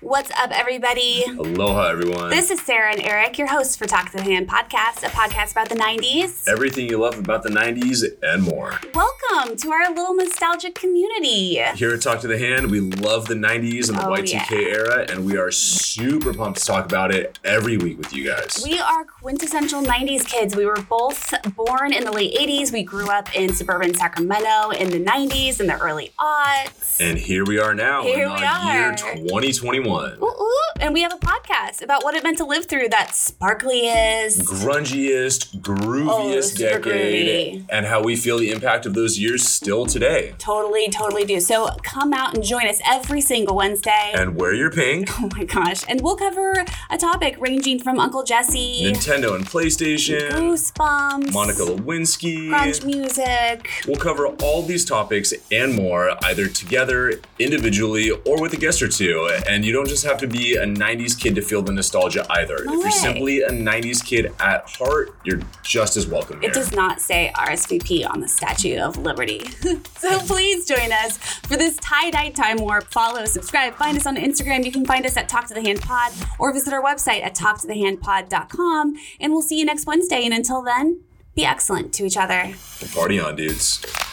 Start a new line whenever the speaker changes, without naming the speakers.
What's up, everybody?
Aloha, everyone.
This is Sarah and Eric, your hosts for Talk to the Hand podcast, a podcast about the 90s.
Everything you love about the 90s and more.
Welcome to our little nostalgic community.
Here at Talk to the Hand, we love the 90s and the
Oh,
Y2K era, and we are super pumped to talk about it every week with you guys.
We are quintessential 90s kids. We were both born in the late 80s. We grew up in suburban Sacramento in the 90s and the early aughts.
and here we are now
Here
in
we
the
are.
year 2021.
Ooh, ooh, and we have a podcast about what it meant to live through that sparkliest.
Grungiest, grooviest
Oh, super
decade,
groovy.
and how we feel the impact of those years still today.
Totally, totally do. So come out and join us every single Wednesday.
And wear your pink.
Oh my gosh. And we'll cover a topic ranging from Uncle Jesse,
Nintendo and PlayStation,
Goosebumps,
Monica Lewinsky,
grunge music.
We'll cover all these topics and more either together, individually, or with a guest or two. And you don't just have to be a 90s kid to feel the nostalgia either.
No
if
way.
you're simply a 90s kid at heart, you're just as welcome here.
It does not say RSVP on the Statue of Liberty. so please join us for this tie-dye time warp. Follow, subscribe, find us on Instagram. You can find us at Talk to the Hand Pod or visit our website at talktothehandpod.com. And we'll see you next Wednesday. And until then, be excellent to each other.
Party on, dudes.